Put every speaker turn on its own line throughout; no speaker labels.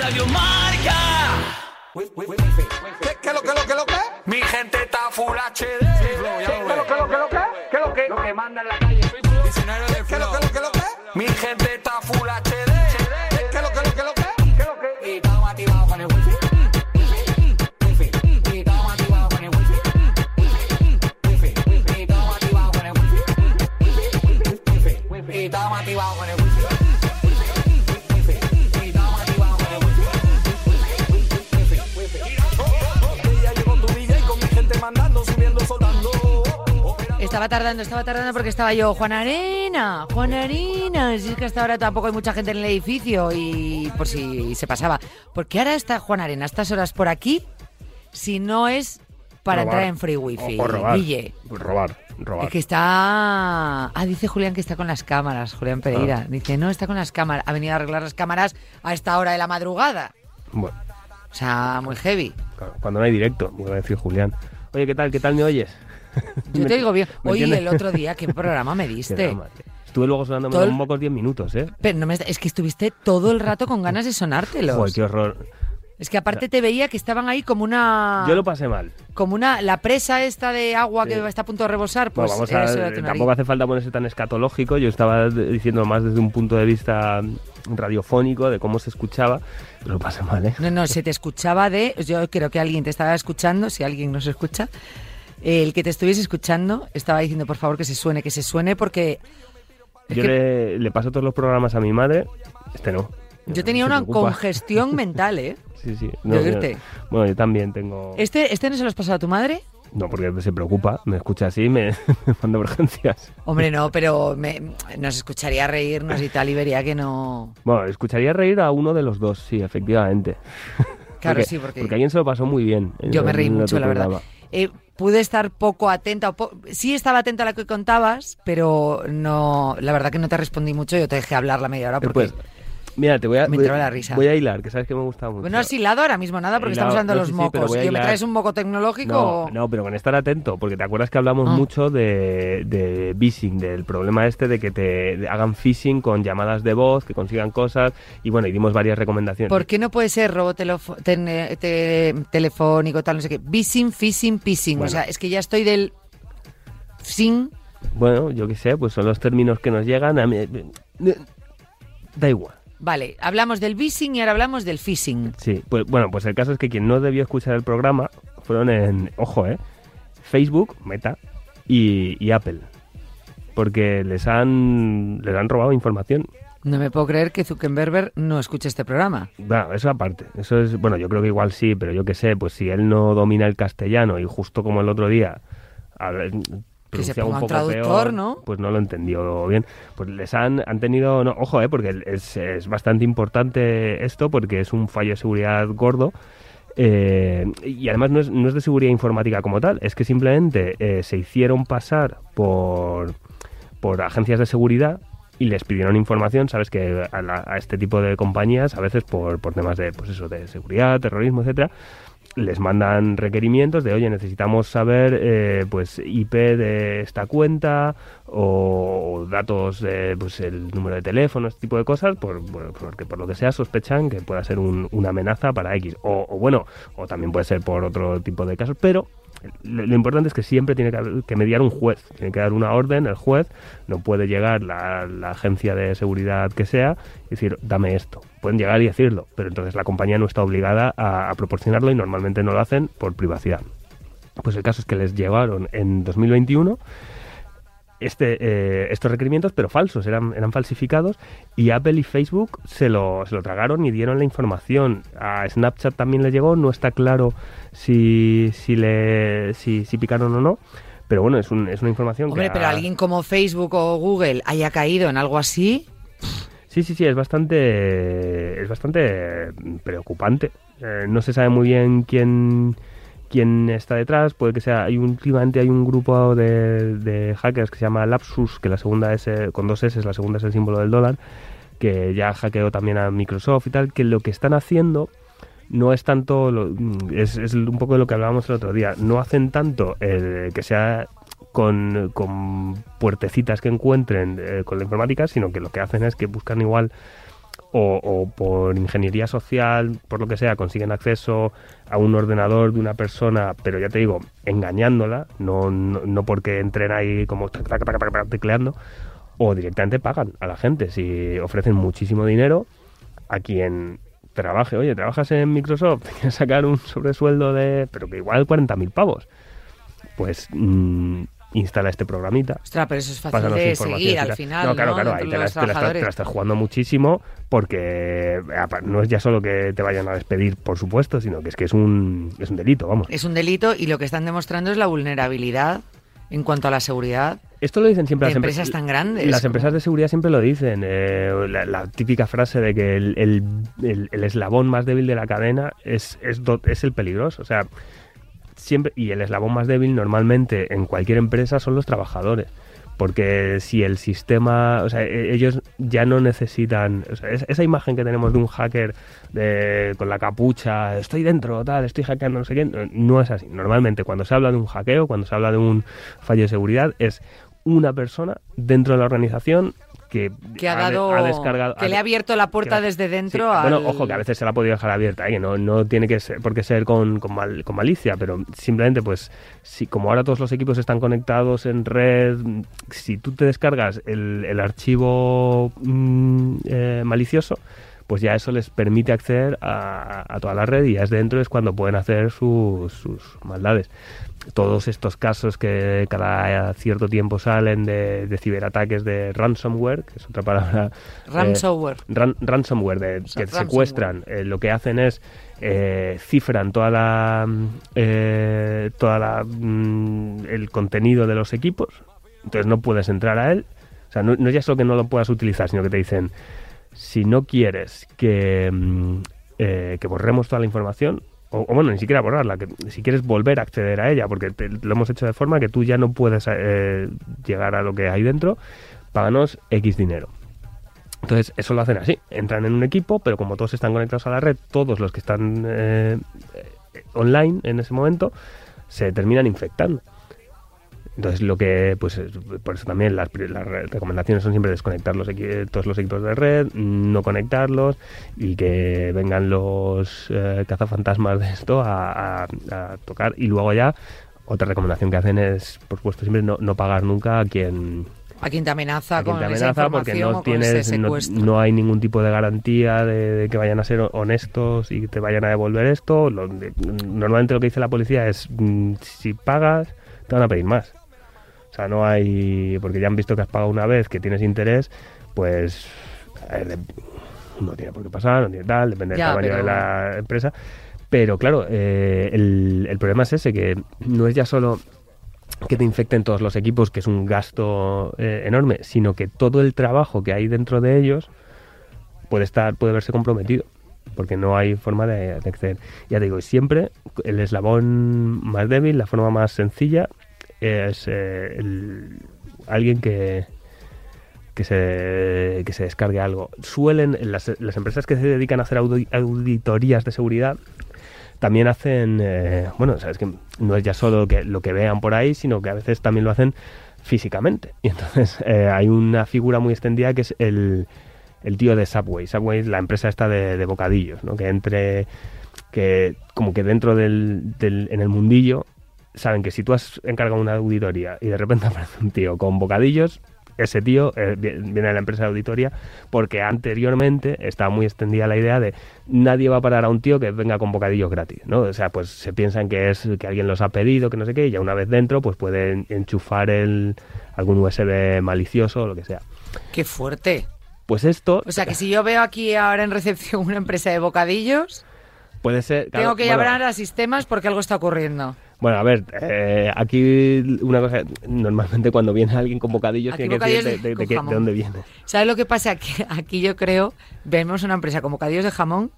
Radio Marca.
¿Qué, qué lo que, lo que, lo que?
Mi gente está full HD.
¿Qué lo que, lo que, lo que?
¿Qué lo que? Lo que manda en la calle.
¿Qué lo que, lo que, lo que?
Mi gente está full HD.
¿Qué lo que, lo que, lo que?
¿Qué lo que? Y estamos activados con el wifi. Y estamos activados con el wifi. Y estamos activados con el wifi. Y estamos activados con el wifi. Y estamos activados con el wifi. Ella llegó tu villa y con mi gente mandando, subiendo, soldando.
Estaba tardando, estaba tardando porque estaba yo, Juan Arena, Juan Arena. Si es que hasta ahora tampoco hay mucha gente en el edificio y por si se pasaba. Porque ahora está Juan Arena, a estas horas por aquí, si no es para
Robar.
entrar en free wifi.
O, o robar.
Guille.
Robar, robar.
Es que está. Ah, dice Julián que está con las cámaras, Julián Pereira. Dice, no, está con las cámaras. Ha venido a arreglar las cámaras a esta hora de la madrugada.
Bueno,
O sea, muy heavy.
claro, cuando no hay directo, me va a decir Julián. Oye, ¿qué tal? ¿Qué tal me oyes?
Yo te digo bien.
¿Me
Oye,
entiendes?
el otro día, este ¿qué programa me
Qué
diste?
drama, tío. Estuve luego sonándome
Todo el-
los mocos 10 minutos, ¿eh?
Pero no me- es que estuviste todo el rato con ganas de sonártelos.
Joder, qué horror.
Es que aparte te veía que estaban ahí como una.
Yo lo pasé mal.
Como una. La presa esta de agua
Sí.
que está a punto de rebosar, pues
Bueno, vamos
era
a,
eso, era tu nariz.
tampoco hace falta ponerse tan escatológico. Yo estaba d- diciendo más desde un punto de vista mm, radiofónico de cómo se escuchaba. Pero lo pasé mal, ¿eh?
No, no, se te escuchaba de. Yo creo que alguien te estaba escuchando, si alguien nos escucha. El que te estuviese escuchando estaba diciendo, por favor, que se suene, que se suene, porque. es
Yo
que
le, le paso todos los programas a mi madre. Este no.
yo tenía
Se
una
preocupa.
congestión mental, ¿eh?
Sí, sí.
de oírte.
Bueno, yo también tengo.
¿Este, ¿Este no se lo has pasado a tu madre?
No, porque se preocupa, me escucha así y me, me manda urgencias.
Hombre, no, pero me- nos escucharía reírnos y tal, y vería que no.
Bueno, escucharía reír a uno de los dos, sí, efectivamente.
Claro, sí, porque.
alguien se lo pasó muy bien. en-
Yo me reí
en
mucho,
otro
la verdad.
programa.
Eh, pude estar poco atenta, o po- sí estaba atenta a lo que contabas, pero no, la verdad que no te respondí mucho, yo te dejé hablar la media hora porque...
Después, mira, te voy a.
Me
voy,
entró la risa.
voy a hilar, que sabes que me gusta mucho.
Bueno, no has hilado ahora mismo nada porque
pues, He
estamos
hilado.
hablando de
No,
los
sí, sí, pero
mocos.
voy a
Tío, ¿Me
hilar.
traes un moco tecnológico?
No,
o-
no, pero con estar atento, porque te acuerdas que hablamos
Ah.
mucho de, de phishing, del problema este de que te de- hagan phishing con llamadas de voz, que consigan cosas, y bueno, y dimos varias recomendaciones.
¿Por qué no puede ser robo telefo- ten- te- telefónico, tal, no sé qué? Bising, phishing, pissing. O
Bueno.
sea, es que ya estoy del... Sin...
Bueno, yo qué sé, pues son los términos que nos llegan. A mí, eh, da igual.
Vale, hablamos del bising y ahora hablamos del phishing.
Sí, pues bueno, pues el caso es que quien no debió escuchar el programa fueron en, ojo, eh, Facebook, Meta y, y Apple. Porque les han, les han robado información.
No me puedo creer que Zuckerberg no escuche este programa.
Bueno, eso aparte. Eso es, bueno, yo creo que igual sí, pero yo qué sé, pues si él no domina el castellano y justo como el otro día a ver, pronunciaba
ponga
un
un
poco
traductor,
peor,
¿no?
pues no lo entendió bien. Pues les han, han tenido, no, ojo, eh, porque es, es bastante importante esto porque es un fallo de seguridad gordo. Eh, y además no es, no es de seguridad informática como tal, es que simplemente eh, se hicieron pasar por, por agencias de seguridad y les pidieron información, sabes que a, la- a este tipo de compañías, a veces por, por temas de, pues eso, de seguridad, terrorismo, etcétera, les mandan requerimientos de, oye, necesitamos saber, eh, pues, IP de esta cuenta o, o datos, eh, pues, el número de teléfono, este tipo de cosas, por, por- porque por lo que sea sospechan que pueda ser un- una amenaza para X. O, o bueno, o también puede ser por otro tipo de casos, pero lo, lo importante es que siempre tiene que, haber- que mediar un juez, tiene que dar una orden, el juez no puede llegar la, la agencia de seguridad que sea y decir, dame esto. Pueden llegar y decirlo, pero entonces la compañía no está obligada a, a proporcionarlo y normalmente no lo hacen por privacidad. Pues el caso es que les llevaron en 2021 este, eh, estos requerimientos, pero falsos, eran, eran falsificados, y Apple y Facebook se lo, se lo tragaron y dieron la información. A Snapchat también le llegó, no está claro si, si, le, si, si picaron o no, pero bueno, es, un- es una información que...
Hombre, pero
ha-
alguien como Facebook o Google haya caído en algo así,
Sí, sí, sí, es bastante, es bastante preocupante. Eh, no se sabe muy bien quién, quién está detrás. Puede que sea, hay un, últimamente hay un grupo de, de hackers que se llama Lapsus, que la segunda es eh, con dos S, la segunda es el símbolo del dólar, que ya hackeó también a Microsoft y tal, que lo que están haciendo no es tanto, lo- mm, es, es un poco de lo que hablábamos el otro día, no hacen tanto el que sea con, con puertecitas que encuentren eh, con la informática, sino que lo que hacen es que buscan igual o, o por ingeniería social, por lo que sea, consiguen acceso a un ordenador de una persona, pero ya te digo, engañándola, no, no, no porque entren ahí como tac, tac, tac, tac, tac, tecleando, o directamente pagan a la gente. Si ofrecen muchísimo dinero a quien trabaje, oye, trabajas en Microsoft, quieres sacar un sobresueldo de, pero que igual 40.000 pavos, pues mm, instala este programita.
Ostras, pero eso es fácil
Pásanos
de
información,
seguir al
etcétera.
final.
No, claro, claro,
Dentro de
ahí te la,
los
te la estás- te la
trabajadores.
estás jugando muchísimo porque apa, no es ya solo que te vayan a despedir, por supuesto, sino que es que es un, es un delito, vamos.
Es un delito y lo que están demostrando es la vulnerabilidad en cuanto a la seguridad.
Esto lo dicen siempre
de
las empre-
empresas tan grandes,
Las
como-
empresas de seguridad siempre lo dicen. eh, la, la típica frase de que el, el- el- el eslabón más débil de la cadena es, es, do- es el peligroso. O sea, siempre. Y el eslabón más débil normalmente en cualquier empresa son los trabajadores. Porque si el sistema. O sea, e- ellos ya no necesitan. o sea, es- esa imagen que tenemos de un hacker de- con la capucha, estoy dentro, tal, estoy hackeando, no sé qué. no- No es así. Normalmente, cuando se habla de un hackeo, cuando se habla de un fallo de seguridad, es una persona dentro de la organización que,
Que ha
de-
dado.
descargado.
que le ha abierto la puerta
que la-
desde dentro
Sí,
al.
Bueno, ojo, que a veces se la ha podido dejar abierta, ¿eh? que no, no tiene que ser, por qué ser con, con, mal- con malicia, pero simplemente, pues, si como ahora todos los equipos están conectados en red, mm, si tú te descargas el, el archivo mm, eh, malicioso, pues ya eso les permite acceder a, a toda la red y ya es dentro es cuando pueden hacer sus, sus maldades. Todos estos casos que cada cierto tiempo salen de, de ciberataques de ransomware, que es otra palabra. eh,
Ransomware.
ran- ransomware, de,
sea,
que
ransomware.
secuestran, eh, lo que hacen es eh, cifran toda la mm, eh, toda la, mm, el contenido de los equipos, entonces no puedes entrar a él. O sea, no, no es ya solo que no lo puedas utilizar, sino que te dicen si no quieres que, mm, eh, que borremos toda la información, o, o bueno, ni siquiera borrarla, que si quieres volver a acceder a ella, porque te- lo hemos hecho de forma que tú ya no puedes eh, llegar a lo que hay dentro, páganos X dinero. Entonces, eso lo hacen así. Entran en un equipo, pero como todos están conectados a la red, todos los que están eh, eh, online en ese momento se terminan infectando. Entonces, lo que, pues, es- por eso también las, pri- las re- recomendaciones son siempre desconectar los equi- todos los equipos de red, no conectarlos y que vengan los eh, cazafantasmas de esto a, a- a tocar. Y luego ya, otra recomendación que hacen es, por supuesto, siempre no, no pagar nunca a quien,
A quien te amenaza
a quien
con
te
esa
amenaza
información
porque
o
no
con
tienes
ese
no,
secuestro.
no hay ningún tipo de garantía de, de que vayan a ser honestos y que te vayan a devolver esto Lo- de- normalmente lo que dice la policía es mm, si pagas te van a pedir más o sea no hay porque ya han visto que has pagado una vez que tienes interés pues a ver, de- no tiene por qué pasar no tiene tal depende
Ya,
del tamaño de
pero-
la empresa pero claro eh, el, el problema es ese que no es ya solo que te infecten todos los equipos, que es un gasto eh, enorme, sino que todo el trabajo que hay dentro de ellos puede estar, puede verse comprometido, porque no hay forma de, de acceder. Ya te digo, siempre el eslabón más débil, la forma más sencilla, es eh, el- alguien que que se, que se descargue algo. Suelen, las, las empresas que se dedican a hacer audi- auditorías de seguridad, también hacen, eh, bueno, sabes que no es ya solo que, lo que vean por ahí, sino que a veces también lo hacen físicamente. Y entonces eh, hay una figura muy extendida que es el, el tío de Subway. Subway es la empresa esta de, de bocadillos, ¿no? Que entre, que como que dentro del, del- en el mundillo, saben que si tú has encargado una auditoría y de repente aparece un tío con bocadillos, ese tío eh, vi- viene de la empresa de auditoría porque anteriormente estaba muy extendida la idea de nadie va a parar a un tío que venga con bocadillos gratis, ¿no? O sea, pues se piensan que es que alguien los ha pedido, que no sé qué, y ya una vez dentro pues pueden enchufar el, algún USB malicioso o lo que sea.
Qué fuerte.
Pues esto
O sea que si yo veo aquí ahora en recepción una empresa de bocadillos,
puede ser...
tengo
claro,
que
bueno,
llamar a sistemas porque algo está ocurriendo.
Bueno, a ver, eh, aquí una cosa, normalmente cuando viene alguien con bocadillos
Aquí
tiene que decir
bocadillos
de, de-
con
de qué- de
jamón.
dónde viene.
¿Sabes lo que pasa? Que aquí yo creo, vemos una empresa con bocadillos de jamón,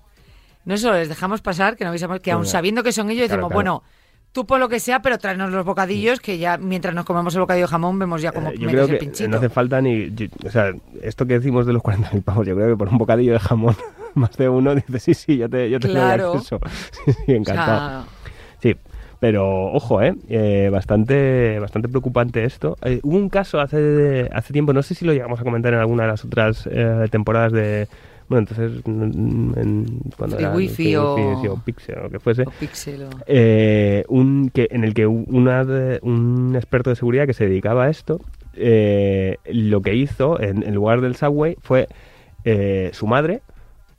no solo les dejamos pasar, que no avisamos, que aun
Claro.
sabiendo que son ellos,
Claro,
decimos,
claro.
bueno, tú por lo que sea, pero tráenos los bocadillos, que ya mientras nos comemos el bocadillo de jamón vemos ya cómo
Eh, yo
metes
creo
el
que
pinchito.
no hace falta ni. yo- o sea, esto que decimos de los 40.000 pavos, yo creo que por un bocadillo de jamón, más de uno dice: Sí, sí, yo te, yo te
Claro.
doy acceso. Sí, sí,
O sea,
encantado. Sí, pero ojo, ¿eh? Eh, bastante, bastante preocupante esto. Eh, hubo un caso hace, hace tiempo, no sé si lo llegamos a comentar en alguna de las otras eh, temporadas de Bueno, entonces, mm, en- cuando
De
era
wifi
sí,
o-
sí, Pixel o lo que fuese,
O Pixel o-
eh, un, que, en el que u- una de- un experto de seguridad que se dedicaba a esto, eh, lo que hizo en, en lugar del subway fue eh, su madre,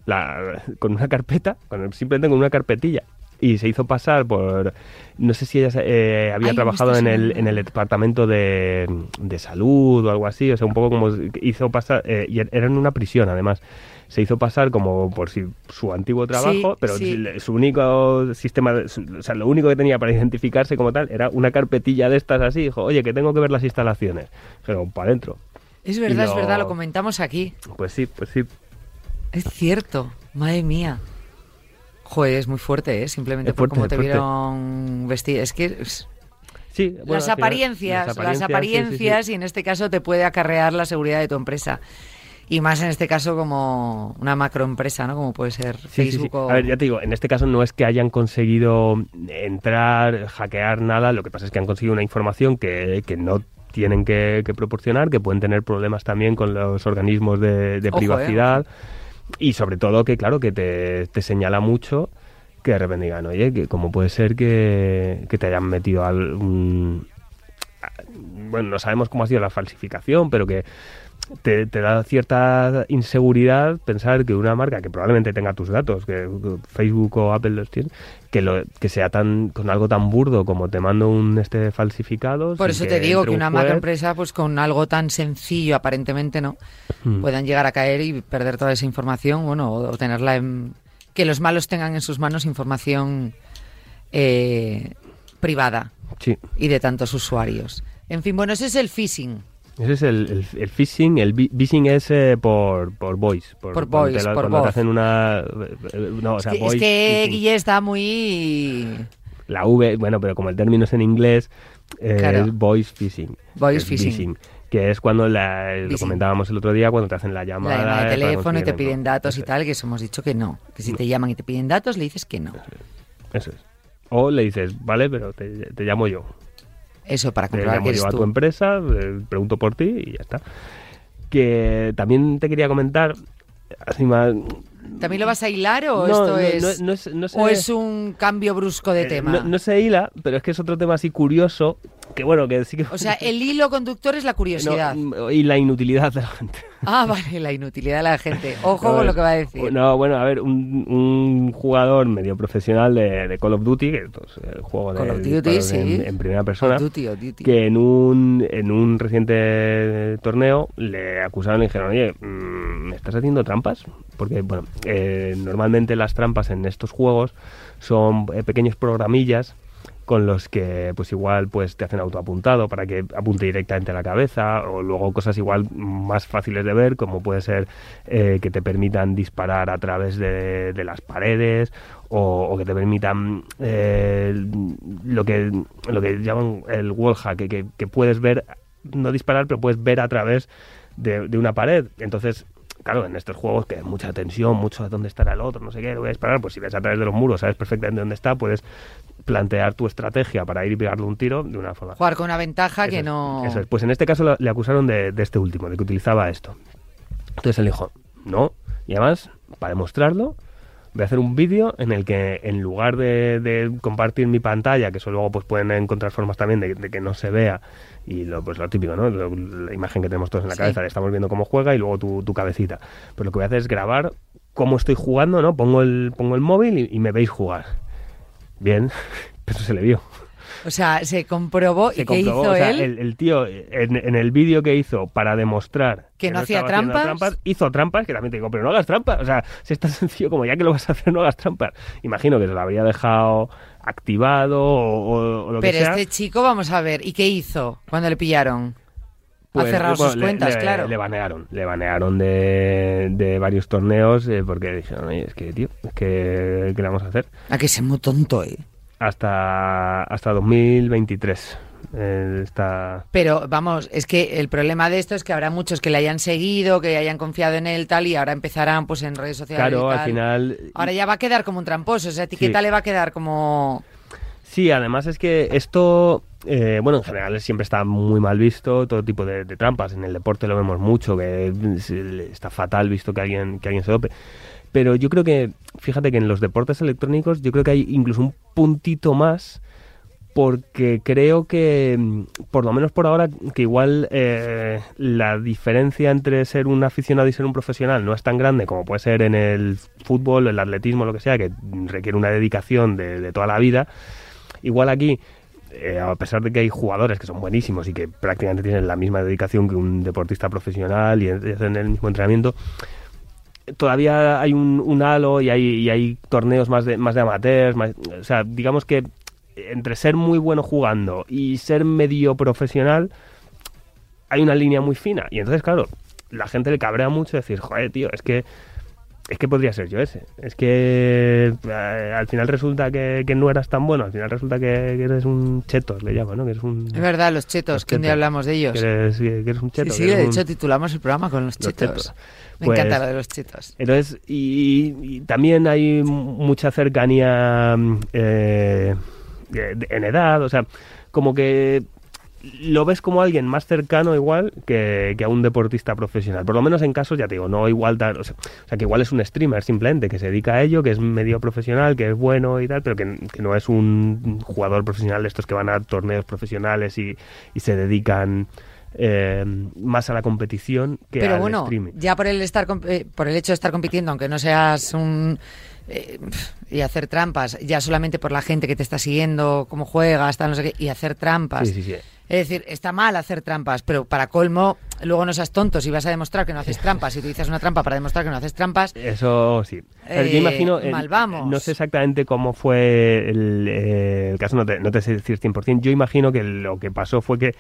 la- con una carpeta, con- simplemente con una carpetilla. Y se hizo pasar por. No sé si ella eh, había
Ay, me
trabajado
está
en el,
sonando.
en el departamento de, de salud o algo así, o sea, un poco como hizo pasar. eh, y era en una prisión, además. Se hizo pasar como por si su antiguo trabajo, pero
sí.
si le- su único sistema, de- su- o sea, lo único que tenía para identificarse como tal era una carpetilla de estas así. Dijo, oye, que tengo que ver las instalaciones. Dijeron, para adentro.
Es verdad,
lo-
es verdad, lo comentamos aquí.
Pues sí, pues sí.
Es cierto, madre mía. Joder, es muy fuerte, ¿eh? Simplemente
Es fuerte,
por cómo
es
te
fuerte.
vieron vestir. Es que es-
sí bueno, al
las,
final,
apariencias, las
sí, sí, sí.
apariencias, y en este caso te puede acarrear la seguridad de tu empresa. Y más en este caso como una macroempresa, ¿no? Como puede ser
Sí, sí, sí.
Facebook o...
A ver, ya te digo, en este caso no es que hayan conseguido entrar, hackear nada, lo que pasa es que han conseguido una información que, que no tienen que, que proporcionar, que pueden tener problemas también con los organismos de, de
Ojo, eh,
privacidad y sobre todo que, claro, que te, te señala mucho que de repente digan, oye, que ¿cómo puede ser que, que te hayan metido al... un- a- bueno, no sabemos cómo ha sido la falsificación, pero que te, te da cierta inseguridad pensar que una marca que probablemente tenga tus datos, que que Facebook o Apple los tienen, que, lo, que sea tan con algo tan burdo como te mando un este falsificado.
Por
sin
eso te digo
entre
que
un
una
juez-
macroempresa, pues con algo tan sencillo aparentemente, ¿no?
Mm.
Puedan llegar a caer y perder toda esa información, bueno, o, o tenerla en... Que los malos tengan en sus manos información eh, privada
Sí,
y de tantos usuarios. En fin, bueno, ese es el phishing.
ese es el, el, el phishing. El vi- phishing es eh, por, por voice. Por,
Por
cuando te
voice,
la-
por
cuando te
voz.
hacen una. eh, No, o sea,
es que, es
voice
que
phishing.
Guille está muy...
La V, bueno, pero como el término es en inglés, eh,
Claro.
es voice phishing.
Voice
Es
phishing.
Que es cuando, la, lo
Phishing.
comentábamos el otro día, cuando te hacen la llamada.
La llamada de
para
teléfono y
conseguir
te
el-
piden datos y
Eso
tal, que eso hemos dicho que no. Que si te llaman y te piden datos, le dices que no.
es, Eso es. O le dices, vale, pero te, te llamo yo.
Eso para
Te
comprobar que
llamo
eres
yo a tu
tú.
empresa, eh, pregunto por ti y ya está. Que también te quería comentar, así más...
¿También lo vas a hilar o
No,
esto
no,
es,
no- no es- no
o
sé.
es un cambio brusco de
eh,
tema?
No, no se hila, pero es que es otro tema así curioso, que bueno, que sí que...
O sea, el hilo conductor es la curiosidad.
No, mm. y la inutilidad de la gente.
Ah, vale, la inutilidad de la gente. Ojo
No,
con lo
es-
que va a decir.
No, bueno, a ver, un, un jugador medio profesional de, de Call of Duty, que es el juego de
Call of Duty,
disparos en-
sí.
en, primera persona,
Duty o duty.
que en un, en un reciente torneo le acusaron y dijeron, oye, mm, ¿me estás haciendo trampas? Porque, bueno, eh, normalmente las trampas en estos juegos son eh, pequeños programillas con los que pues igual pues te hacen autoapuntado para que apunte directamente a la cabeza o luego cosas igual más fáciles de ver como puede ser eh, que te permitan disparar a través de, de las paredes o, o que te permitan eh, lo que lo que llaman el wallhack que, que, que puedes ver no disparar pero puedes ver a través de, de una pared entonces claro, en estos juegos que hay mucha tensión, mucho dónde estará el otro, no sé qué, lo voy a disparar, pues si ves a través de los muros, sabes perfectamente dónde está, puedes plantear tu estrategia para ir y pegarle un tiro de una forma.
Jugar con una ventaja
Eso
que
es,
no...
eso es. Pues en este caso lo- le acusaron de, de este último, de que utilizaba esto. Entonces él dijo, no, y además, para demostrarlo, voy a hacer un vídeo en el que en lugar de, de compartir mi pantalla, que eso luego pues pueden encontrar formas también de, de que no se vea, y lo, pues lo típico, ¿no? Lo- la imagen que tenemos todos en la
Sí.
cabeza, le estamos viendo cómo juega y luego tu, tu cabecita. Pues lo que voy a hacer es grabar cómo estoy jugando, ¿no? Pongo el, pongo el móvil y, y me veis jugar. Bien, pero se le vio.
O sea, se comprobó
Se
y qué
comprobó,
hizo
o sea,
él.
El, el tío, en, en el vídeo que hizo para demostrar
Que no hacía
estaba haciendo
trampas.
hizo trampas, que también te digo, pero no hagas trampas. O sea, si es tan sencillo como ya que lo vas a hacer, no hagas trampas. Imagino que se lo habría dejado activado o, o- o lo
Pero
que sea.
este chico, vamos a ver, ¿y qué hizo cuando le pillaron? ha cerrado
pues, bueno,
sus
le-
cuentas,
le-
claro.
Le banearon, le banearon de, de varios torneos eh, porque dijeron, oye, es que, tío, es que, ¿qué le vamos a hacer?
A Ah, que se muy tonto, ¿eh?
Hasta, hasta 2023. eh, está...
Pero vamos, es que el problema de esto es que habrá muchos que le hayan seguido, que hayan confiado en él tal y ahora empezarán pues en redes sociales. y
Claro, al
tal.
final...
Ahora ya va a quedar como un tramposo, esa etiqueta
Sí.
le va a quedar como
Sí, además es que esto, eh, bueno, en general siempre está muy mal visto, todo tipo de, de trampas. En el deporte lo vemos mucho, que es- está fatal visto que alguien, que alguien se dope. Pero yo creo que, fíjate que en los deportes electrónicos yo creo que hay incluso un puntito más porque creo que, mm, por lo menos por ahora, que igual eh, la diferencia entre ser un aficionado y ser un profesional no es tan grande como puede ser en el fútbol, el atletismo, lo que sea, que requiere una dedicación de, de toda la vida. Igual aquí, eh, a pesar de que hay jugadores que son buenísimos y que prácticamente tienen la misma dedicación que un deportista profesional y hacen el mismo entrenamiento, todavía hay un, un halo y hay, y hay torneos más de, más de amateurs. más- o sea, digamos que entre ser muy bueno jugando y ser medio profesional hay una línea muy fina. Y entonces, claro, la gente le cabrea mucho decir, joder, tío, es que... Es que podría ser yo ese. Es que eh, al final resulta que, que no eras tan bueno. Al final resulta que, que eres un chetos, le llaman, ¿no? Que eres un,
Es verdad, los chetos,
Los
que un día
chetos.
hablamos de ellos.
que eres, que eres un cheto.
sí, sí,
que eres
de
un-
hecho titulamos el programa con los
Los
chetos.
chetos.
Me
Pues-
encanta lo de los chetos.
Entonces, y, y también hay mucha cercanía mm, eh, de- de- en edad, o sea, como que lo ves como alguien más cercano igual que, que a un deportista profesional. Por lo menos en casos, ya te digo, no igual tan- o sea, o sea, que igual es un streamer simplemente, que se dedica a ello, que es medio profesional, que es bueno y tal, pero que, que no es un jugador profesional de estos que van a torneos profesionales y, y se dedican eh, más a la competición que
Pero
al
bueno,
streaming.
ya por el estar comp- eh, por el hecho de estar compitiendo, aunque no seas un eh, pf, y hacer trampas, ya solamente por la gente que te está siguiendo, cómo juegas, tal, no sé qué, y hacer trampas.
Sí, sí, sí.
Es decir, está mal hacer trampas, pero para colmo, luego no seas tonto si vas a demostrar que no haces trampas, si utilizas una trampa para demostrar que no haces trampas.
Eso sí. O sea,
Eh,
Yo imagino. eh,
mal vamos.
No sé exactamente cómo fue el, eh, el caso, no te, no te sé decir 100%. Yo imagino que lo que pasó fue que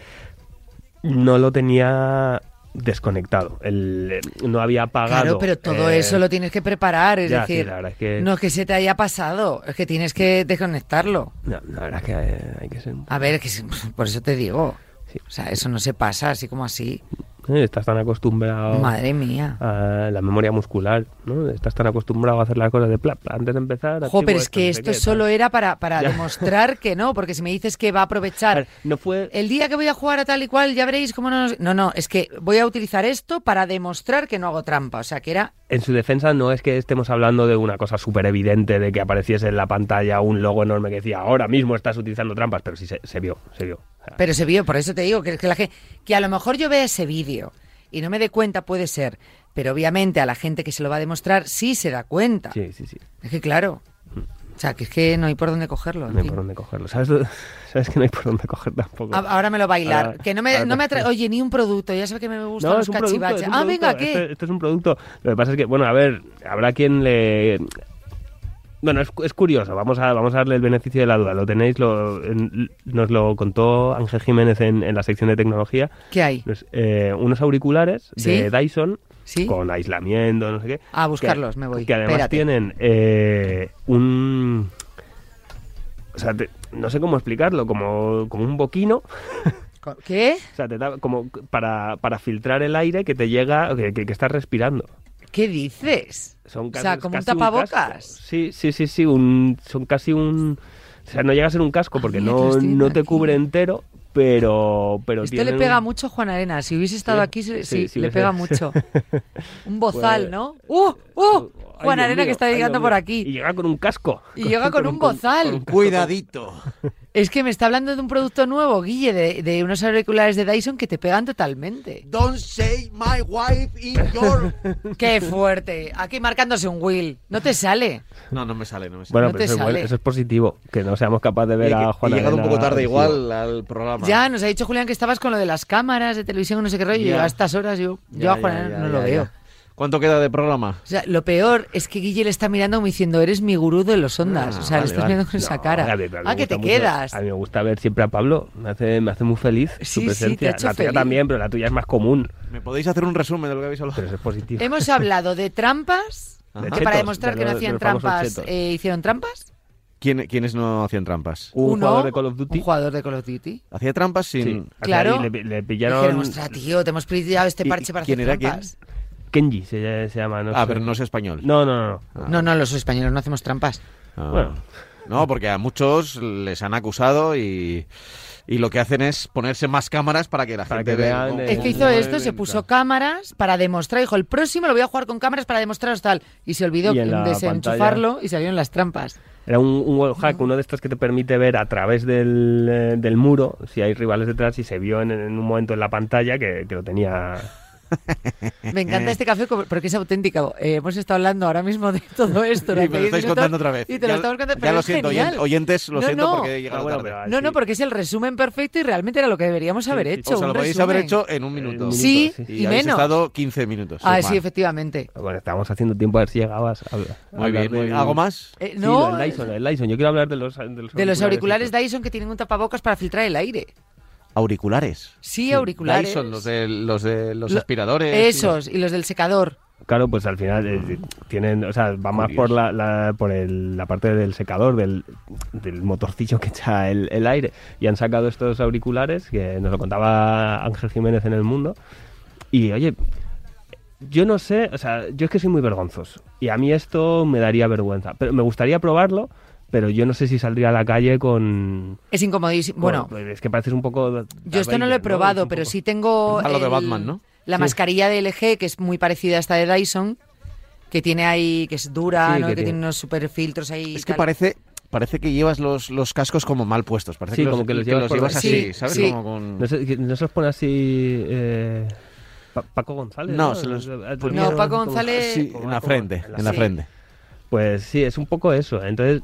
no lo tenía desconectado. El, eh, no había apagado.
Claro, pero todo
eh,
eso lo tienes que preparar, es
ya, sí,
decir,
la verdad es que-
no es que se te haya pasado, es que tienes que desconectarlo.
No, la verdad es que eh, hay que ser. un-
A ver, que es- por eso te digo.
Sí.
O sea, eso no se pasa así como así.
eh, estás tan acostumbrado.
Madre mía.
A la memoria muscular, ¿no? Estás tan acostumbrado a hacer las cosas de pla, pla, antes de empezar.
Jo,
activo
pero es que
este, no sé
esto
qué,
solo
tal.
era para, para
Ya.
demostrar que no, porque si me dices que va a aprovechar
No fue.
el día que voy a jugar a tal y cual, ya veréis cómo no... nos- No, no, es que voy a utilizar esto para demostrar que no hago trampa. O sea, que era...
En su defensa no es que estemos hablando de una cosa súper evidente, de que apareciese en la pantalla un logo enorme que decía ahora mismo estás utilizando trampas, pero sí se, se vio, se vio. O sea,
Pero se vio, por eso te digo, que, que, la gente, que a lo mejor yo vea ese vídeo y no me dé cuenta, puede ser. Pero obviamente a la gente que se lo va a demostrar sí se da cuenta.
sí, sí, sí.
Es que claro. O sea, que es que no hay por dónde cogerlo. en
No hay
fin.
por dónde cogerlo. ¿Sabes, lo- sabes que no hay por dónde coger tampoco?
A- Ahora me lo bailar.
Ahora-
que no me,
ahora-
no me atra- Oye, ni un producto. Ya sabes que me gustan
No,
los
es un producto,
cachivaches.
es un
Ah,
producto.
venga, ¿qué?
Esto, esto es un producto. Lo que pasa es que, bueno, a ver, habrá quien le... Bueno, es, es curioso, vamos a, vamos a darle el beneficio de la duda. Lo tenéis, lo, en- nos lo contó Ángel Jiménez en, en la sección de tecnología.
¿Qué hay?
Pues, eh, unos auriculares
¿Sí?
de Dyson
¿Sí.
con aislamiento, no sé qué.
A buscarlos, me voy.
Que además
Espérate.
tienen eh, un. O sea, te- no sé cómo explicarlo, como, como un boquino.
Co- ¿Qué?
O sea, te da como para, para filtrar el aire que te llega, que, que, que estás respirando.
¿Qué dices?
Son
o
casi,
sea, como
casi
un tapabocas.
casco. sí, sí, sí, sí. Un, son casi un. O sea, no llega a ser un casco porque
Ah, mira, lo
no,
estoy viendo
no te
aquí.
cubre entero, pero. pero
Esto le
tienen
pega
un-
mucho a Juan Arena. Si hubiese estado
Sí,
aquí, se- sí,
sí, sí
le
hubiese-
pega mucho. Un bozal,
Pues-
¿no? ¡Uh! ¡Uh!
Ay,
Juan
Dios
Arena que
mío,
está
ay,
llegando
Dios
por
mío. Y
aquí.
llega con un casco.
Y, llega con un bozal.
Cuidadito.
Es que me está hablando de un producto nuevo, Guille, de, de unos auriculares de Dyson que te pegan totalmente.
Don't say my wife in your.
¡Qué fuerte! Aquí marcándose un Will. No te sale.
No, no me sale, no me sale.
Bueno,
No
pero
te
eso, es
sale.
bueno, eso es positivo, que no seamos capaces de ver
He-
a Juan
he llegado un
Arena
poco tarde
agresivo.
igual al programa.
Ya, nos ha dicho Julián que estabas con lo de las cámaras de televisión, no sé qué rollo. y
Ya.
a estas horas yo, yo
Ya,
a Juan
ya,
Arena
ya,
no
ya,
lo
ya.
veo.
¿Cuánto queda de programa?
O sea, lo peor es que Guille le está mirando como diciendo, eres mi gurú de los ondas.
Ah,
o sea, le
vale,
estás
vale.
mirando con esa
No,
cara.
a mí- a mí me
ah, que
gusta
te
mucho-
quedas.
A mí me gusta ver siempre a Pablo, me hace, me hace muy feliz
Sí, sí,
su presencia.
te ha hecho
la tuya
feliz.
también, pero la tuya es más común,
¿Me podéis hacer un resumen de lo que habéis hablado?
pero eso es positivo.
Hemos hablado de trampas,
De
que
chetos,
para demostrar
de
que no
lo-
hacían
de los famosos
trampas,
chetos.
eh, hicieron trampas.
¿Quién- ¿Quiénes no hacían trampas?
Hubo un
Uno,
jugador de Call of Duty.
Un jugador de Call of Duty.
Hacía trampas sin.
Sí, o sea,
Claro.
y le, le
Dijeron,
pillaron.
ostras, tío, te hemos pillado este
¿Y- y
parche para
quién
hacer
era quién?
trampas.
Kenji se, se llama. No
ah,
sé.
pero no es español.
No, no, no. no.
No, no, los españoles no hacemos trampas.
Ah.
Bueno,
No, porque a muchos les han acusado y, y lo que hacen es ponerse más cámaras para que la
Para
gente
que vean,
cómo-
eh,
Es que hizo
cómo
esto, se
entra.
puso cámaras para demostrar, dijo, el próximo lo voy a jugar con cámaras para demostraros tal. Y se olvidó
Y en la
desenchufarlo y salieron las trampas.
Era un, un wall hack, uno de estos que te permite ver a través del, eh, del muro si hay rivales detrás y se vio en, en un momento en la pantalla que, que lo tenía...
Me encanta este café co- porque es auténtico. Eh, hemos estado haando ahora mismo de todo esto.
Sí,
durante
pero lo
10
estáis
minutos
contando otra vez.
Y te lo
Ya-
estamos contando,
ya
pero
lo
es
siento, oyen-
genial.
oyentes, lo
No,
siento
no.
porque he llegado
Ah, bueno,
tarde.
pero así-
No, no, porque es el resumen perfecto y realmente era lo que deberíamos haber
sí.
hecho.
o sea,
un
lo podéis
resumen.
haber hecho en un minuto.
minuto,
Sí,
sí.
Y,
y
habéis
menos.
estado 15 minutos.
Ah,
Juan.
sí, efectivamente.
Bueno, estábamos haciendo tiempo a ver si llegabas a hablar- a
Muy
hablar
bien, muy
del-
bien. ¿Algo más?
Eh,
Sí,
no,
lo del Dyson, lo del Dyson. Yo quiero hablar de los, de los
de los auriculares
estos.
Dyson que tienen un tapabocas para filtrar el aire.
Auriculares.
Sí, auriculares.
Dyson, los de los, de, los
Lo-
aspiradores.
Esos, y los del secador.
Claro, pues al final eh, tienen, o sea, va más
Curioso.
por la, la- por el- la parte del secador, del, del motorcillo que echa el, el aire. Y han sacado estos auriculares que nos lo contaba Ángel Jiménez en El Mundo. Y oye, yo no sé, o sea, yo es que soy muy vergonzoso. Y a mí esto me daría vergüenza. Pero me gustaría probarlo, pero yo no sé si saldría a la calle con...
Es incomodísimo. Bueno,
con- pues, es que pareces un poco... Darth
yo esto no lo he
Vader, Es
probado,
un
pero
poco-
sí tengo.
A lo de Batman, ¿no?
La
Sí.
mascarilla de LG, que es muy parecida a esta de Dyson, que tiene ahí, que es dura,
Sí,
¿no?
que
que, tiene...
tiene-
unos super filtros ahí. y
Es que
tal.
parece, parece que llevas los, los cascos como mal puestos. Parece
Sí,
que los,
como que los
que
llevas por
delante.
así,
Sí,
¿sabes?
sí.
Como con...
No, sé, que no se los pone así eh, Pa- Paco González.
No, se los
Eh,
ponía-
No, Paco
como-
González-
Sí, en la frente, en la
Sí.
frente.
Pues sí, es un poco eso. Entonces,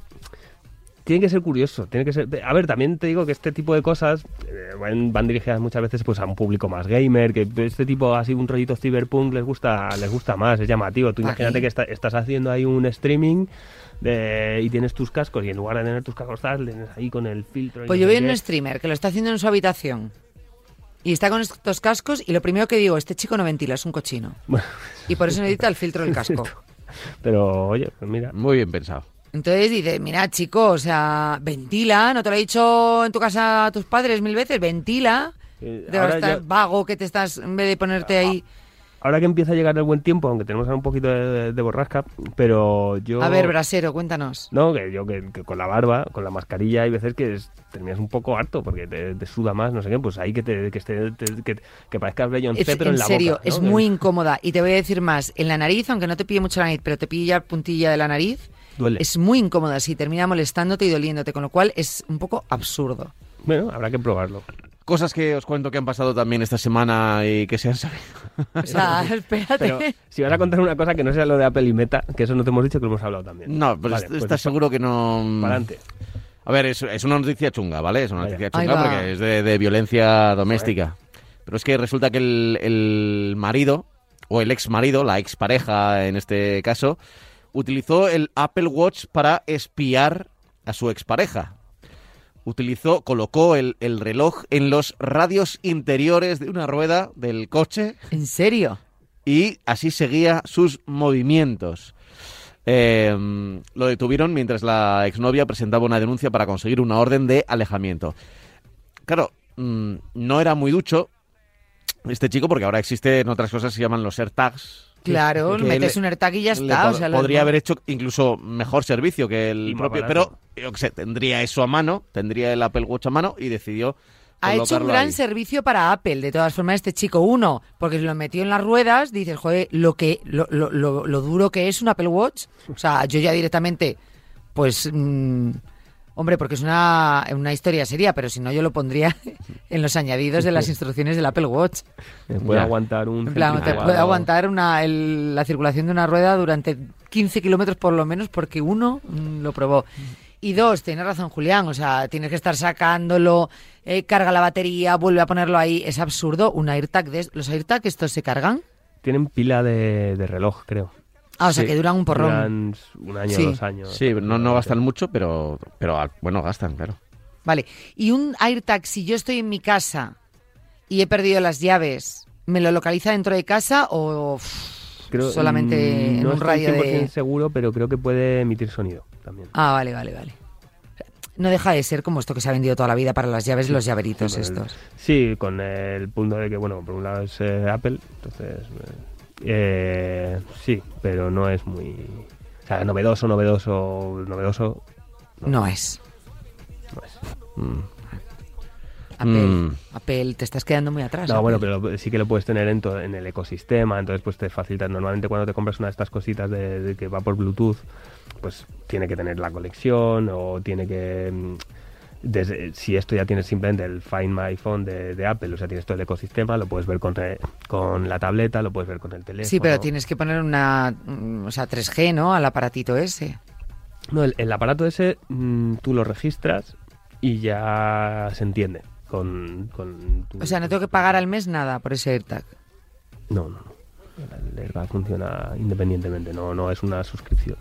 tiene que ser curioso. Tiene que ser... A ver, también te digo que este tipo de cosas eh, van, van dirigidas muchas veces pues a un público más gamer, que este tipo así un rollito cyberpunk les gusta, les gusta más, es llamativo. Tú
Pa'
imagínate
qué.
que está- estás haciendo ahí un streaming. de- y tienes tus cascos y en lugar de tener tus cascos tal, tienes ahí con el filtro y
Pues
no
yo
sé
veo un
qué.
streamer que lo está haciendo en su habitación y está con estos cascos y lo primero que digo, este chico no ventila, es un cochino.
Bueno,
Y por eso necesita el filtro del casco.
pero oye pues mira
Muy bien pensado.
Entonces dice, mira chico, o sea, ventila, ¿no te lo he dicho en tu casa a tus padres mil veces? Ventila.
Eh,
De
ahora
estar
ya- Ah,
vago que te estás, en vez de ponerte ahí...
Ahora que empieza a llegar el buen tiempo, aunque tenemos ahora un poquito de, de borrasca, pero yo...
A ver, brasero, cuéntanos.
No, que yo que, que con la barba, con la mascarilla, hay veces que es- terminas un poco harto porque te, te suda más, no sé qué, pues ahí que te, que esté- te- que, que parezcas Beyoncé,
Es-
pero en,
en
la
serio,
boca, ¿no?
es
Que-
muy incómoda. Y te voy a decir más, en la nariz, aunque no te pille mucho la nariz, pero te pilla puntilla de la nariz,
Duele.
es muy incómoda, sí, termina molestándote y doliéndote, con lo cual es un poco absurdo.
Bueno, habrá que probarlo.
Cosas que os cuento que han pasado también esta semana y que se han sabido.
O sea, espérate.
Pero si vas a contar una cosa que no sea lo de Apple y Meta, que eso no te hemos dicho que lo hemos hablado también.
No, pero
Vale,
est-
pues
estás seguro que no. mm,
Para adelante.
A ver, es, es una noticia chunga, ¿vale? Es una
Vaya.
noticia
Ahí
chunga
va.
porque es de, de violencia doméstica. Pero es que resulta que el, el marido, o el ex marido, la ex pareja en este caso, utilizó el Apple Watch para espiar a su expareja. Utilizó, colocó el, el reloj en los radios interiores de una rueda del coche
¿En serio?
y así seguía sus movimientos. Eh, lo detuvieron mientras la exnovia presentaba una denuncia para conseguir una orden de alejamiento. Claro, mm, no era muy ducho este chico porque ahora existen otras cosas que se llaman los AirTags.
Claro,
que
metes
le-
un AirTag y ya
Le
está.
pod-
o sea, lo-
podría haber hecho incluso mejor servicio que
Y
el
más
propio,
barato.
pero yo qué sé, tendría eso a mano, tendría el Apple Watch a mano y decidió
Ha hecho un
colocarlo
gran
ahí.
servicio para Apple, de todas formas, este chico. Uno, porque lo metió en las ruedas, dices, joder, lo, que, lo, lo- lo- lo duro que es un Apple Watch. O sea, yo ya directamente, pues, mm, hombre, porque es una, una historia seria, pero si no, yo lo pondría en los añadidos de las instrucciones del Apple Watch.
Eh, Puede
Ya.
aguantar un...
En plan, te
centrifugador.
puede aguantar una, el- la circulación de una rueda durante 15 kilómetros por lo menos, porque uno mm, lo probó. Y dos, tienes razón, Julián, o sea, tienes que estar sacándolo, eh, carga la batería, vuelve a ponerlo ahí. Es absurdo. Un AirTag de. ¿Los AirTag estos se cargan?
Tienen pila de, de reloj, creo.
Ah, o sea,
Sí,
que duran un porrón.
Duran un año,
Sí.
dos años.
Sí, no, no gastan mucho, pero, pero ah, bueno, gastan, claro.
Vale. Y un AirTag, si yo estoy en mi casa y he perdido las llaves, ¿me lo localiza dentro de casa o.? uff, solamente
mm,
en
no
un
estoy
radio
100%
de.
seguro, pero creo que puede emitir sonido también.
Ah, vale, vale, vale. No deja de ser como esto que se ha vendido toda la vida para las llaves, los llaveritos
Con el-
estos.
Sí, con el punto de que, bueno, por un lado es eh, Apple, entonces... eh, eh, sí, pero no es muy... O sea, novedoso, novedoso, novedoso...
No es.
Mm.
Apple,
Mm.
Apple, te estás quedando muy atrás.
No, bueno,
Apple.
pero lo- sí que lo puedes tener en, to- en el ecosistema, entonces pues te facilita. Normalmente cuando te compras una de estas cositas de, de que va por Bluetooth, pues tiene que tener la colección o tiene que... mm, desde- si esto ya tienes simplemente el Find My Phone de, de Apple, o sea, tienes todo el ecosistema, lo puedes ver con, re- con la tableta, lo puedes ver con el teléfono.
Sí, pero tienes que poner una, mm, o sea, 3G, ¿no? Al aparatito ese.
No, el, el aparato ese mm, tú lo registras y ya se entiende con... con tu-
O sea, no tengo que pagar al mes nada por ese AirTag.
No, no, no. El AirBag funciona independientemente, no, no es una suscripción.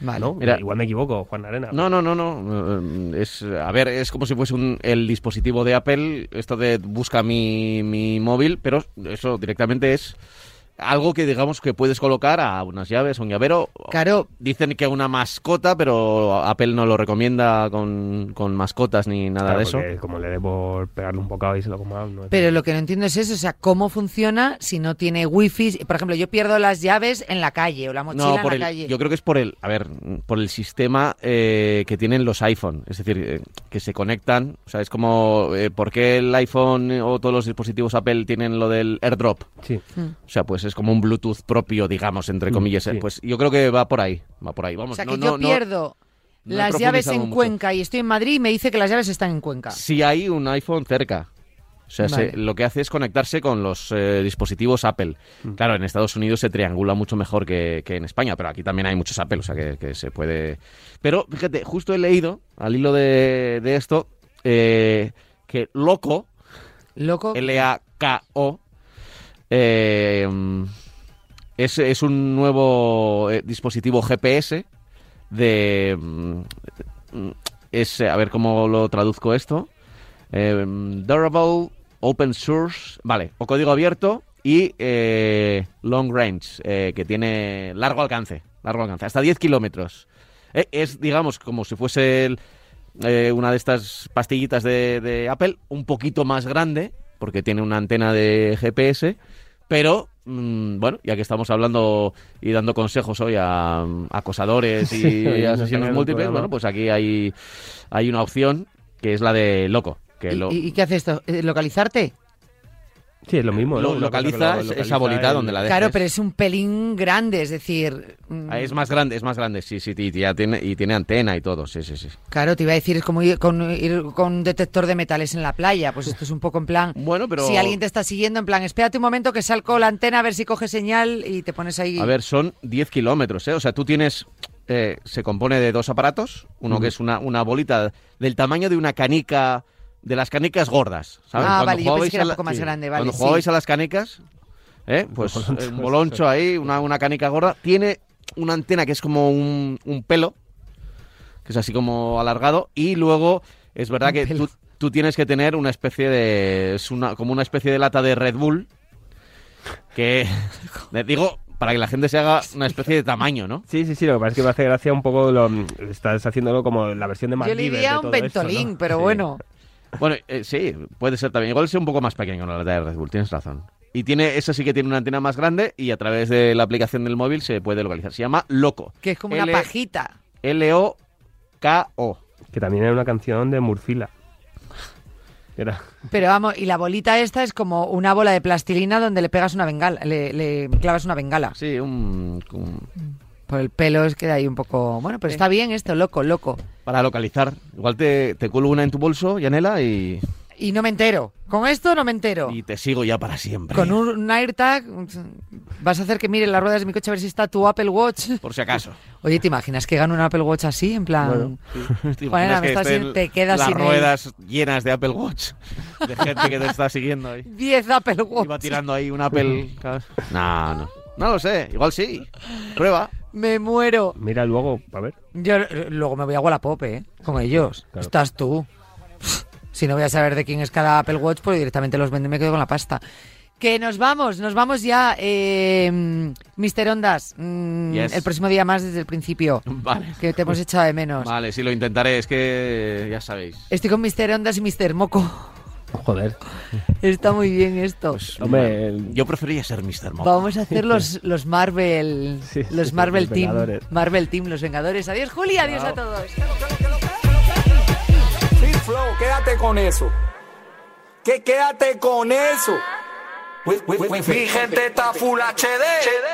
Vale.
¿no?
Mira-
Igual me equivoco, Juan Arena.
No, no, no, no. eh, Es, a ver, es como si fuese un- el dispositivo de Apple, esto de busca mi, mi móvil, pero eso directamente es algo que digamos que puedes colocar a unas llaves, a un llavero.
Claro,
Dicen que a una mascota, pero Apple no lo recomienda con, con mascotas ni nada
Claro,
de eso.
porque Como le debo pegarle un bocado y se lo coma. No es-
pero lo que no entiendo es eso, o sea, cómo funciona si no tiene wifi. Por ejemplo, yo pierdo las llaves en la calle o la mochila
No,
en
por
la
el-
calle.
yo creo que es por el, a ver, por el sistema eh, que tienen los iPhone, es decir, eh, que se conectan, o sea, es como eh, por qué el iPhone o todos los dispositivos Apple tienen lo del AirDrop,
Sí.
o sea, pues es como un Bluetooth propio, digamos, entre
Mm,
comillas,
sí.
eh, pues yo creo que va por ahí, va por ahí, vamos.
o sea,
no-
que
no-
yo
no-
pierdo
no he
las llaves
profundizado
en
mucho.
Cuenca y estoy en Madrid y me dice que las llaves están en Cuenca.
si hay un iPhone cerca. O sea, se-
Vale.
lo que hace es conectarse con los eh, dispositivos Apple.
Mm.
Claro, en Estados Unidos se triangula mucho mejor que, que en España, pero aquí también hay muchos Apple, o sea que, que se puede... Pero fíjate, justo he leído, al hilo de, de esto, eh, que Loco,
Loco.
L-A-K-O, eh, mm, es, es un nuevo eh, dispositivo GPS de... mm, mm, Es, eh, a ver cómo lo traduzco esto. Eh, mm, durable, open source, vale, o código abierto y eh, long range, eh, que tiene largo alcance, largo alcance, hasta 10 kilómetros. Eh, es, digamos, como si fuese el- eh, una de estas pastillitas de, de Apple, un poquito más grande, porque tiene una antena de GPS, pero... mm, Bueno, ya que estamos hablando y dando consejos hoy a mm, acosadores
Sí, hoy
y
nos
asesinos
sacan el
múltiples,
programa.
bueno, pues aquí hay, hay una opción que es la de loco. Que
¿Y,
lo,
y- y qué hace esto? Eh, ¿Localizarte?
sí, es lo mismo. ¿no?
lo
Una cosa
localiza,
que
es-
lo
esa bolita
el-
donde la dejes.
Claro, pero es un pelín grande, es decir. mm,
Ah, es más grande, es más grande, sí, sí, y ya tiene, y tiene antena y todo, sí, sí, sí.
Claro, te iba a decir, es como ir con, ir con un detector de metales en la playa. Pues esto es un poco en plan.
Bueno, pero-
Si alguien te está siguiendo, en plan, espérate un momento que salgo la antena a ver si coge señal y te pones ahí.
A ver, son 10 kilómetros, ¿eh? O sea, tú tienes... eh, se compone de dos aparatos, uno que es una, una bolita del tamaño de una canica, de las canicas gordas, ¿sabes?
Ah, vale, yo pensé
jugabais
que era
a
un poco más grande, vale,
Cuando
sí.
jugabais a las canicas, ¿eh? pues
Bolonchos.
eh, un boloncho ahí, una, una canica gorda, tiene una antena que es como un, un pelo, que es así como alargado, y luego es verdad
Un
que
pelo.
tú, tú tienes que tener una especie de... es una, como una especie de lata de Red Bull, que le digo para que la gente se haga una especie de tamaño, ¿no?
Sí, sí, sí, lo que pasa es que me hace gracia un poco, lo, estás haciéndolo como la versión de
Yo
MacGyver.
le
de
diría un
todo esto, ¿no?
ventolín, pero
Sí.
bueno.
Bueno, eh, sí, puede ser también. Igual sea un poco más pequeño la lata de Red Bull, tienes razón. Y tiene, esa sí que tiene una antena más grande y a través de la aplicación del móvil se puede localizar. Se llama Loco.
Que es como
L- E
una pajita.
L-O-K-O.
Que también era una canción de Murcila. Era...
Pero vamos, y la bolita esta es como una bola de plastilina donde le pegas una bengala, le, le clavas una bengala.
Sí, un, un-
Por el pelo es queda ahí un poco. Bueno, pero está bien esto, loco, loco.
para localizar. Igual te, te cuelgo una en tu bolso, Yanela, y,
Y no me entero. Con esto no me entero.
y te sigo ya para siempre.
Con un, un AirTag mm, vas a hacer que mire las ruedas de mi coche a ver si está tu Apple Watch.
Por si acaso.
Oye, ¿te imaginas que gano un Apple Watch así? En plan.
Bueno,
¿Te
Juanela,
imaginas
me estás
estén
sin- te quedas
las
sin él.
ruedas llenas de Apple Watch. De gente que te está siguiendo ahí.
10 Apple Watch.
Iba tirando ahí un Apple. No, no. No lo sé. Igual sí. Prueba.
Me muero.
Mira luego, a ver.
Yo eh, luego me voy a Wallapop, ¿eh? Con ellos.
Claro.
Estás tú. Si no voy a saber de quién es cada Apple Watch, pues directamente los vendo y me quedo con la pasta. Que nos vamos, nos vamos ya, eh, mm, Mister Ondas. mm,
Yes.
El próximo día más desde el principio.
Vale.
Que te hemos echado de menos.
Vale, sí, lo intentaré. Es que ya sabéis.
Estoy con Mister Ondas y Mister Moco.
Joder.
Está muy bien esto.
Pues, Hombre, el-
Yo prefería ser Mr. Mock.
Vamos a hacer los, los Marvel,
Sí, sí,
los
sí,
Marvel
los
Team,
Vengadores.
Marvel Team, los Vengadores. Adiós Julia, adiós a todos.
que lo que?
flow, quédate con eso. Que quédate con eso. Mi gente está full HD.